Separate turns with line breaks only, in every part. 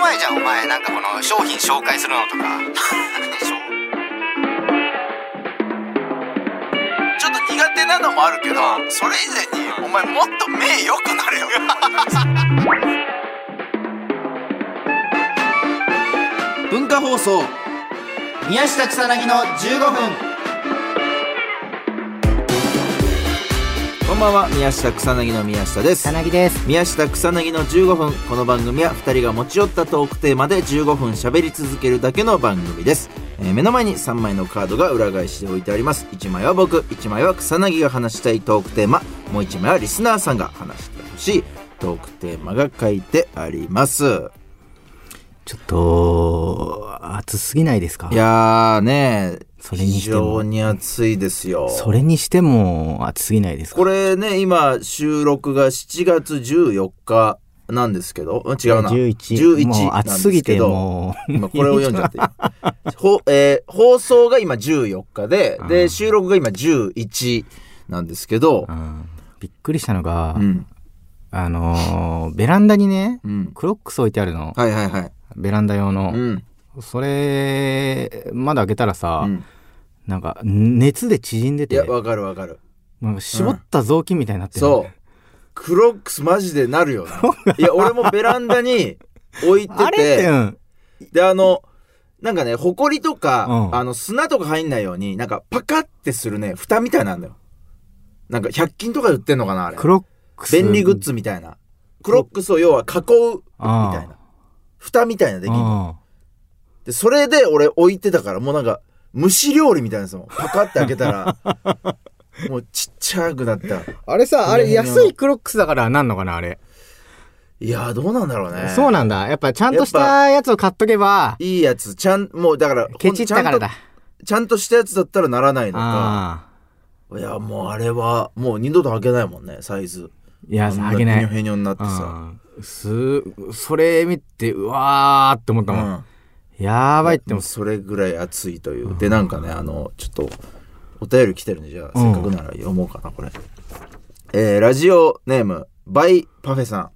ねなんかこの商品紹介するのとかしょ
ちょっと苦手なのもあるけどそれ以前にお前もっと目良くなれよ
文化放送
宮下草薙の15分
こんばんは宮下草薙の宮下です
草薙です
宮下草薙の15分この番組は2人が持ち寄ったトークテーマで15分喋り続けるだけの番組です、えー目の前に3枚のカードが裏返しで置いてあります1枚は僕1枚は草薙が話したいトークテーマもう1枚はリスナーさんが話してほしいトークテーマが書いてあります
ちょっと暑すぎないですか
いやーね
それにしても
非常に暑いですよ
それにしても暑すぎないですか
これね、今、収録が7月14日なんですけど、うん違うな。
11
11
もう
なん
暑
です
ぎて
けど
もう
今これを読んじゃってるほ、えー放送が今14 日で、で、収録が今11なんですけど
う、んびっくりしたのが、
うん。
あのーベランダにね、
うん。
クロックス置いてあるの、
はいはいはい。
ベランダ用の、
うん。
それまだ開けたらさ、
うん
なんか熱で縮んで
い
て
や、わかるわかる。
なんか絞った雑巾みたいになってる、
そう。クロックスマジでなるよな。いや、俺もベランダに置いて て、
あれって、うん、
で、あの、なんかね、ほこりとか、
うん
あの、砂とか入んないように、なんか、パカってするね、蓋みたいなんだよ。なんか、100均とかで売ってんのかな、あれ。
クロックス
便利グッズみたいな。クロックスを要は囲う、み
あー
たいな。蓋みたいなできんの。
あ
で、それで俺置いてたから、もうなんか、蒸し料理みたいなやつもんパカって開け たら、もうちっちゃくなった。
ああれさあ
こ
れ
の辺の
安いクロックスだからなんのかなあれ、
いやー、どうなんだろうね。
そうなんだやっぱちゃんとし
やっぱ
たやつを買っとけば
いいやつ、ちゃん、もうだから、
ケチったからだ
ほんちゃんと。ちゃんとしたやつだったらならないのか。
あ
いやもうあれはもう二度と履けないもんねサイズ
ーいや
あんな
あげな
へに
い
ょへにょになってさ
うんすそれ見てうわーって思ったもん、やばいって
で
思
も
った
それぐらい暑いというでなんかねあのちょっとお便り来てるんでじゃあ
う
せ
ん
っかくなら読もうかなこれえーラジオネームバイパフェさん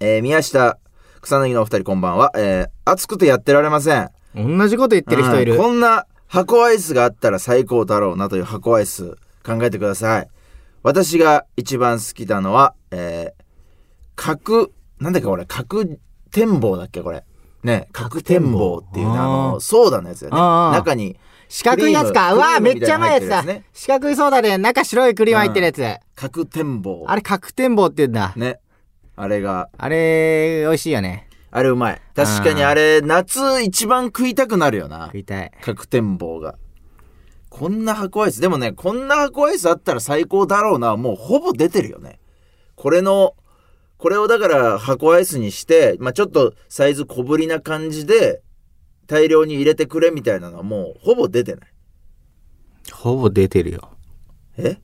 えー宮下草薙のお二人こんばんはえー暑くてやってられません
同じこと言ってる人い
うん
る
こんな箱アイスがあったら最高だろうなという箱アイス考えてください私が一番好きなのはえー、角なんだっけこれ角展望だっけこれね角展望っていうねあ
あー
のソーダのやつだよね
あー
中に
四角いやつかう
クリーム
わー
クリ
め
ーム
っち
みた
ゃ
いうな
まい
の
や
入
つだ
ってるやつね
四角いソーダで中白いクリーム入ってるやつ
角展望
あれ角天棒って言うんだ
ねあれが
あれ美味しいよね
あれうまい確かにあれ夏一番食いたくなるよな
食いたい
角展望が。こんな箱アイス、でもね、こんな箱アイスあったら最高だろうな、もうほぼ出てるよね。これの、これをだから箱アイスにして、まあちょっとサイズ小ぶりな感じで、大量に入れてくれみたいなのはもうほぼ出てない。
ほぼ出てるよ
えちょ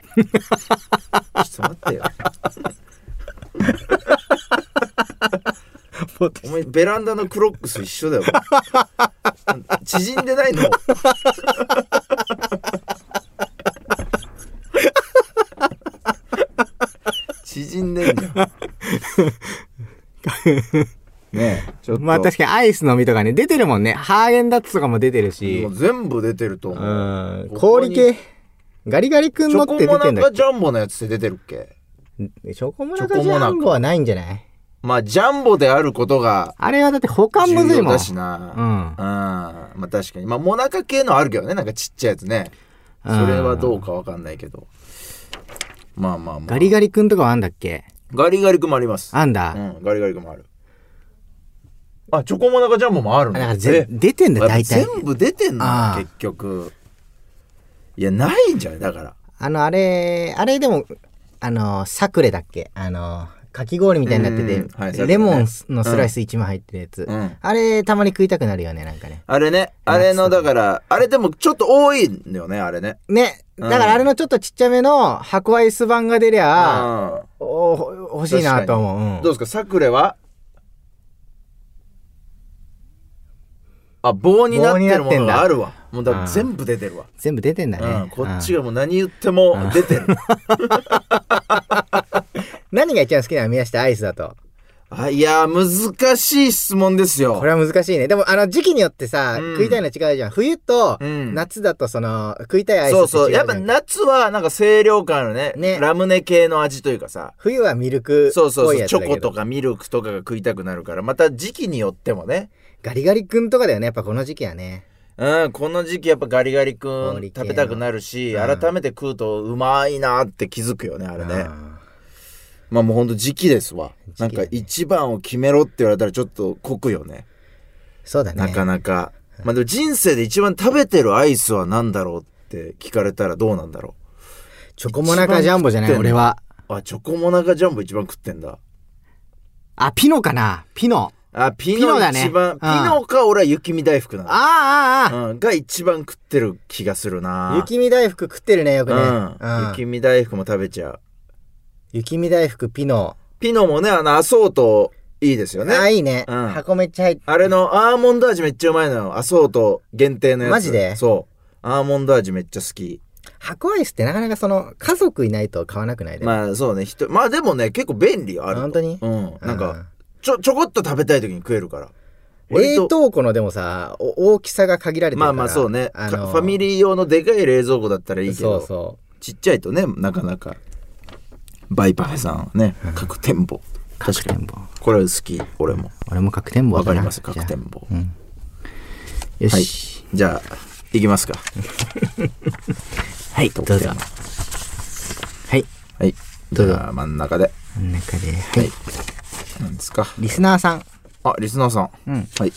っと待 ってよ。お前ベランダのクロックス一緒だよ。縮んでないの。 縮んでんじゃん。ねえ、ちょっと。
まあ確かにアイスの実とかね出てるもんねハーゲンダッツとかも出てるし
もう全部出てると
う
思う。
ん
ここ
氷
に
系ガリガリ君
チ
の
ョ
っ
コ
て出
モ
て
ナ
んだ
カ
っ
ジャンボのやつって出てるっけ
けチョコモナ
チョ
カ
コ
ジ
モナカ
ャンボはないんじゃない
まあ、ジャンボであることが
あれはだって保管
重
むずい
要
もん
だしな。
うん
あーまあ確かに。まあ、モナカ系のあるけどね。なんかちっちゃいやつね。それはどうかわかんないけど。まあまあまあ。
ガリガリ君とかはあんだっけ
ガリガリ君もあります。
あんだ、
うん、ガリガリ君もある。あ、チョコモナカジャンボもある
あ
の
だから
え
ぜ出てんだよ
やっぱ
大体
全部出てんの
ああ
結局。いや、ないんじゃないだから。
あの、あれ、あれでも、あの、サクレだっけあの、かき氷みたいになって
うん
て、
はいサクレね
レモンのスライス1枚入ってるやつ。
うん
あれ、たまに食いたくなるよね、なんかね。
あれね、あれの、だから、あれでもちょっと多いんだよね、あれね。
ね、
うん
だからあれのちょっとちっちゃめの箱アイス版が出りゃ、
あ。
おほ欲しいなと思う。
どうですか、サクレはあ、棒になってるものがあるわ。もうだから全部出てるわ。
うん全部出てんだね。
うん、こっち
うん
がもう何言っても 出てる。
何が一番好きなの宮下アイスだと。
あいやー難しい質問ですよ
これは難しいね。でも、あの、時期によってさ、
うん
食いたいの違うじゃん。冬と、
うん
夏だと、その、食いたいアイス
そう
って違う
そう
じゃ
や
ん
っぱ夏はなんか清涼感あるね
ね
ラムネ系の味というかさ
冬はミルクっぽいやつだけ
そ
ど
う。そうそうチョコと。かミルクとかが食いたくなるからまた時期によってもね
ガリガリ君とかだよね、やっぱこの時期はね。
うんこの時期やっぱガリガリ君
ガリ系の
食べたくなるし、
うん
改めて食うとうまいなって気づくよねあれね
あ
まあもうほんと時期ですわ、
時期
な
だ
ん
ね
か一番を決めろって言われたらちょっと酷よね
ーそうだね。
なかなか、まあでも人生で一番食べてるアイスは何だろうって聞かれたらどうなんだろ
チョコモナカジャンボじゃない、
一番食って
俺
んの
は。
うあチョコモナカジャンボ一番食ってんだ
あ、ピノかなピノ。
あピ
ピ
ノ
ノだね
一番ピ
うん
ノか俺は雪見大福なんだ
ああ、ああ、あ
うん、が一番食ってる気がするな
あ。雪見大福食ってるね、よく
う
ね。
ん
うん
雪見大福も食べちゃう
雪見大福、ピノ。
ピノもねあのアソートいいですよね
ああ、いいね。
うん
箱めっちゃ入って。
あれのアーモンド味めっちゃうまいのよアソート限定のやつ
マジで
そうアーモンド味めっちゃ好き
箱アイスってなかなかその、家族いないと買わなくないで。
まあそうね人まあでもね結構便利よあると
本当に
うんなん
う
かちょちょこっと食べたい時に食えるから割と
冷凍庫のでもさ、お大きさが限られてるから。
まあまあそうね、
あ
か
の
ファミリー用のでかい冷蔵庫だったらいいけ
そ
ど
うそ
ちっちゃいとねなかなかバイパフェさんね各店舗
う。
確かに
棒。
これ好き俺も
俺も角天棒
わ
だ
か
な
ります
じゃあ
各店舗
よ
はい
し。
じゃあいきますか
はい、どうぞ。はい、
はいじ
どうぞ
ゃあ真ん中で
真ん中で。はい。
なんですか
リスナーさん。
あリスナーさん、
うん
はい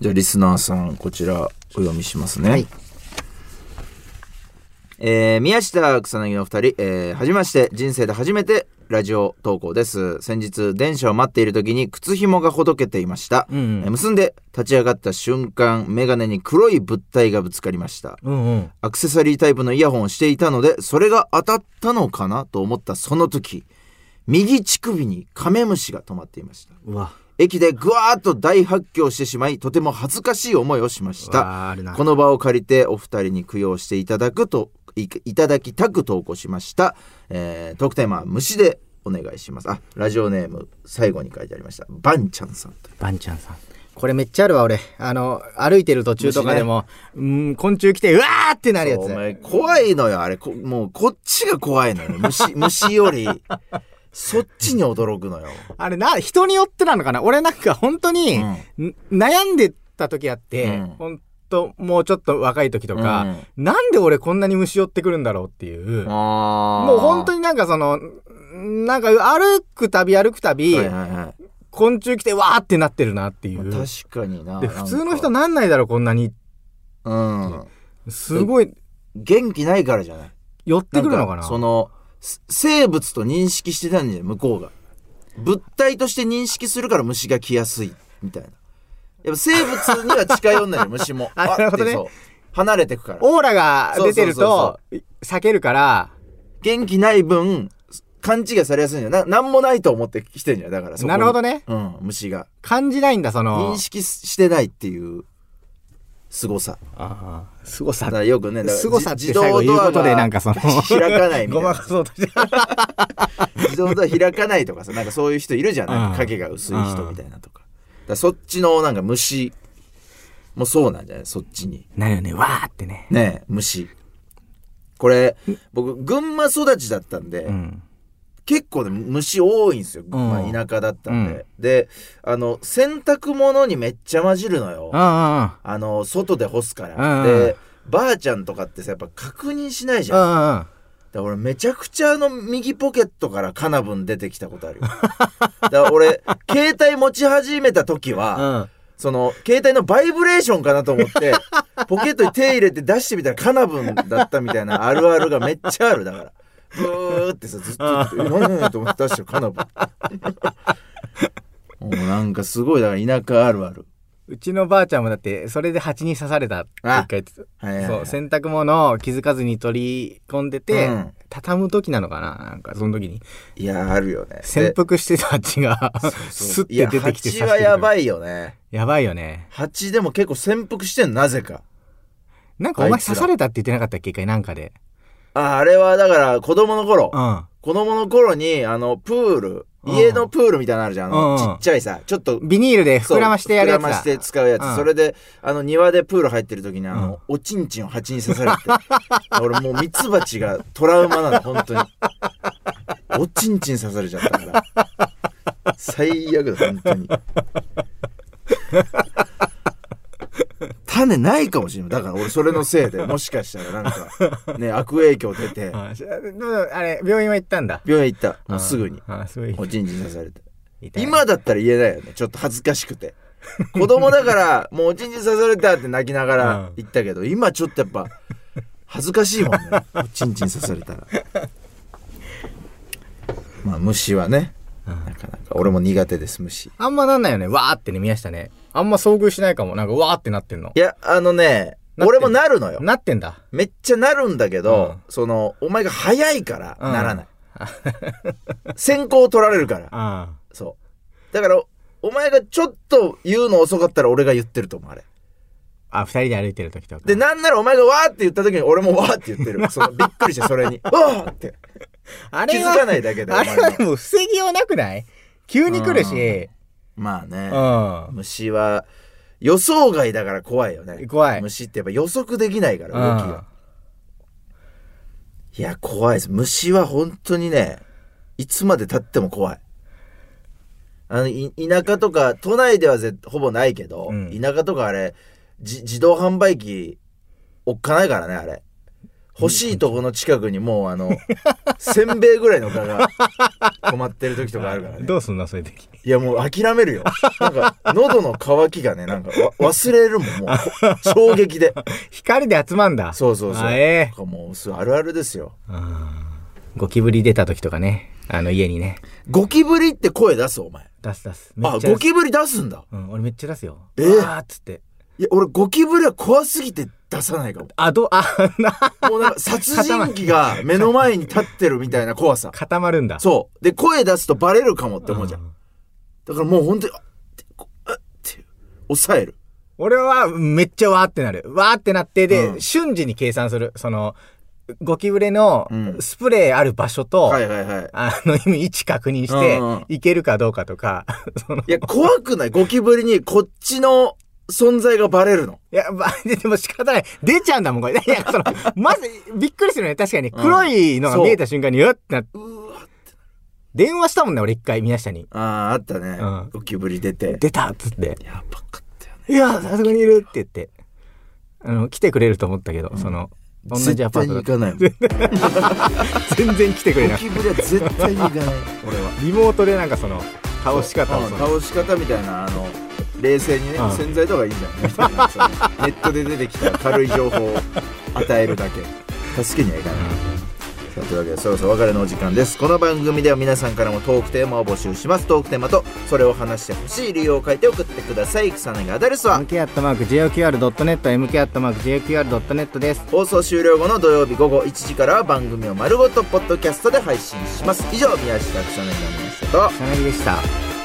じゃあリスナーさんこちらお読みしますね、
はい
えー宮下草薙のお二人、えー、はじめまして人生で初めてラジオ投稿です先日電車を待っている時に靴紐がほどけていました、
うんうん
えー結んで立ち上がった瞬間眼鏡に黒い物体がぶつかりました
うんうん。
アクセサリータイプのイヤホンをしていたのでそれが当たったのかなと思ったその時右乳首にカメムシが止まっていました
うわ。
駅でぐわーっと大発狂してしまいとても恥ずかしい思いをしまし
うわー
た
あるな
この場を借りてお二人に供養していただくといいただきたく投稿しました、えー、トークテーマは虫でお願いしますあラジオネーム最後に書いてありましたバンちゃんさんと
バンちゃんさん。これめっちゃあるわ、俺。あの、歩いてる途中とかでも、うん、昆虫来て、うわーってなるや
お
つ。
前怖いのよあれこもうこっちが怖いのよ虫 虫よりそっちに驚くのよ
あれな、人によってなのかな俺なんか本当に、ん悩んでた時あって、
うん
本当もうちょっと若い時とか、なんで俺こんなに虫寄ってくるんだろうっていう、も
あ
う本当
に
になんかその、なんか歩くたび歩くたび、
はいはいはい
昆虫来てわーってなってるなっていう。
確かにな
で、
なんか
普通の人なんないだろうこんなに。
うん
すごい、
元気ないからじゃない
寄ってくるのかなん
その、す生物と認識してたんじゃない向こうが。物体として認識するから虫が来やすい、みたいな。やっぱ生物には近寄んないよ、虫も。
あなるほどね
あってそう離れてくから。
オーラが出てる
そ
と、避けるから、
元気ない分、勘違いされやすいんじゃないななんもないと思って来てんじゃん。だからそこに
なるほどね。
うん、虫が。
感じないんだ、その
認。識すしてないっていう、凄さ。
ああ、すご
だ
さ
か。らよくね、だから
凄さっ
じ
て最後言うことで、なんかその。
自動 ドアが開かないみた
ご
い
ま。
な
かそうとして。
自動ドア開かないとかさなんかそういう人いるじゃんない、
うん
影が薄い人みたいなとかだからそっちのなんか虫もそうなんじゃないそっちに
なるよね、わーってね。
ねえ虫これ僕群馬育ちだったんで、
ん。結
結構ね虫多いんですよ、まあ
うん
田舎だったんで、であの洗濯物にめっちゃ混じるの
構。
よ
うん
あの外で干すか
う
ら
ん
でばあちゃんとかってさやっぱ確認しないじゃん
うんうん。うんうん。
だから俺めちゃくちゃあの右ポケットからカナブン出てきたことあるよ。だから俺、携帯持ち始めた時
う
は、
ん。
その、携帯のバイブレーションかなと思って、ポケットに手入れて出してみたらカナブンだったみたいなあるあるがめっちゃある。だから、ブーってさ、ずっと言って、え何何何と思って出してるカナブン。もうなんかすごい、だから田舎あるある。
うちのばあちゃんもだって、それで蜂に刺されたって一回言ってた
はいはいはい
そう、洗濯物を気づかずに取り込んでて、
うん
畳む時なのかななんか、その時に。
いや、あるよね。
潜伏してた蜂 が、スッて出てきて刺して
いや、蜂はやば
い。
いよね。
やばいよね。
蜂でも結構潜伏してんなぜか。
なんかお
あ
前
いつら
刺されたって言ってなかったっけ一回なんかで。
ああれはだから子供の頃
うん。
子供の頃に、あの、プール、
うん
家のプールみたいなのあるじゃん。あの、
うん
ちっちゃいさ、ちょっと、
ビニールで 膨らましてやるやつ
そう膨らま
だ
して使うやつ。
うん
それで、あの、庭でプール入ってる時に、あ
うん
の、おちんちんを蜂に刺されて。 俺もうミツバチがトラウマなの、本当に。おちんちん刺されちゃったから。最悪だ、本当に。種ないかもしれない。だから俺それのせいで、もしかしたらなんか、ね、悪影響出て、
あしああれ病院は行ったんだ
病院行った。もうすぐに。
あすごい
おちんちん刺されて。
痛い
今だったら言えないよねちょっと恥ずかしくて子供だからもうおちんちん刺されたって泣きなが
う
ら
ん
言ったけど、今ちょっとやっぱ恥ずかしいもんねおちんちん刺されたらまあ虫はね
うん
なかなか俺も苦手です虫
あんまなんないよねわーってね宮下ねあんま遭遇しないかもなんかわーってなってんの
いやあのね
なってる
俺もなるのよ
なってんだ
めっちゃなるんだけど、
うん
そのお前が早いから
うん
ならない、先行取られるから
あ
そうだからお前がちょっと言うの遅かったら俺が言ってると思うあれ
あ二人で歩いてる時とか
で、なんならお前がわーって言った時に俺もわーって言ってる。そのびっくりしてそれ に。わーって。
あ
気
れ
づ
は
かないだけで。お
あ
前
れは
も
でも防ぎようなくない急に来るし
まあね、
う
虫は予想外だから怖いよね
ん。怖い
虫ってやっぱ予測できないから、動き
うん
が。いや、怖いです。虫は本当にね、いつまで経っても怖い。あの、い田舎とか、都内ではぜほぼないけど、
うん
田舎とかあれ、じ自動販売機、おっかないからね、あれ。欲しいとこの近くにもう、あの、せんべいぐらいの蚊が止まってる時とかあるからね。
どうすんのそういう時
いやもう諦めるよ。なんか、喉の渇きがね、なんかわ忘れるもん、もう。衝撃で。
光で集まんだ
そうそうそう。
あえ
なんかもう、そうあるあるですよ。
えゴキブリ出た時とかねあの家にね
ゴキブリって声出す、お前。
出す出すめ
あ、
っちゃ出
ゴ
す
キブリ出すんだ。
うん俺めっちゃ出すよ
え
あーっつって
いや、俺、ゴキブリは怖すぎて出さないかも。
あどあ な
もうなんか、殺人鬼が目の前に立ってるみたいな怖さ。
固まるんだ
そう。で、声出すとバレるかもって思うじゃん。
ん
だからもう本当に、あって、こあって、抑える。
俺はめっちゃわーってなるわーってなってで、
うん
瞬時に計算するそのゴキブレの
うん
スプレーある場所と、
はいはいはい。
あの今位置確認して、
うんうん
いけるかどうかとかその
いや、怖くないゴキブリにこっちの存在がバレるの。
いや、まあ、 ででも仕方ない。出ちゃうんだもん、これ。いや、その、 まず、びっくりするよね。確かに、黒いのが見えた瞬間に、うわってなって。電話したもんね、俺一回、宮下に。
ああ、あったね。
うん
ゴキブリ出て。
出たっつって。
やばかったよね。
いや、あそこにいるって言って。あの、来てくれると思ったけど、その、同じア
絶
パー
対
ト
に
だ
行
と
かないもん。ゴ
全然来てくれなくて。
キブリは絶対に行かない。俺は。
リモートでなんかその、倒し方を
うん
その、
倒し方みたいなあの冷静にね
うん
洗剤とかいいんじゃないみたいなそのネットで出てきた軽い情報を与えるだけ助けにはいかない、さあというわけでそろそろお別れのお時間ですこの番組では皆さんからもトークテーマを募集しますトークテーマとそれを話してほしい理由を書いて送ってください草薙アドレスは
mk.joqr.net、mk.joqr.net です。
放送終了後の土曜日午後1時からは番組を丸ごとポッドキャストで配信します以上宮下草薙の皆さんと
しゃべりでした。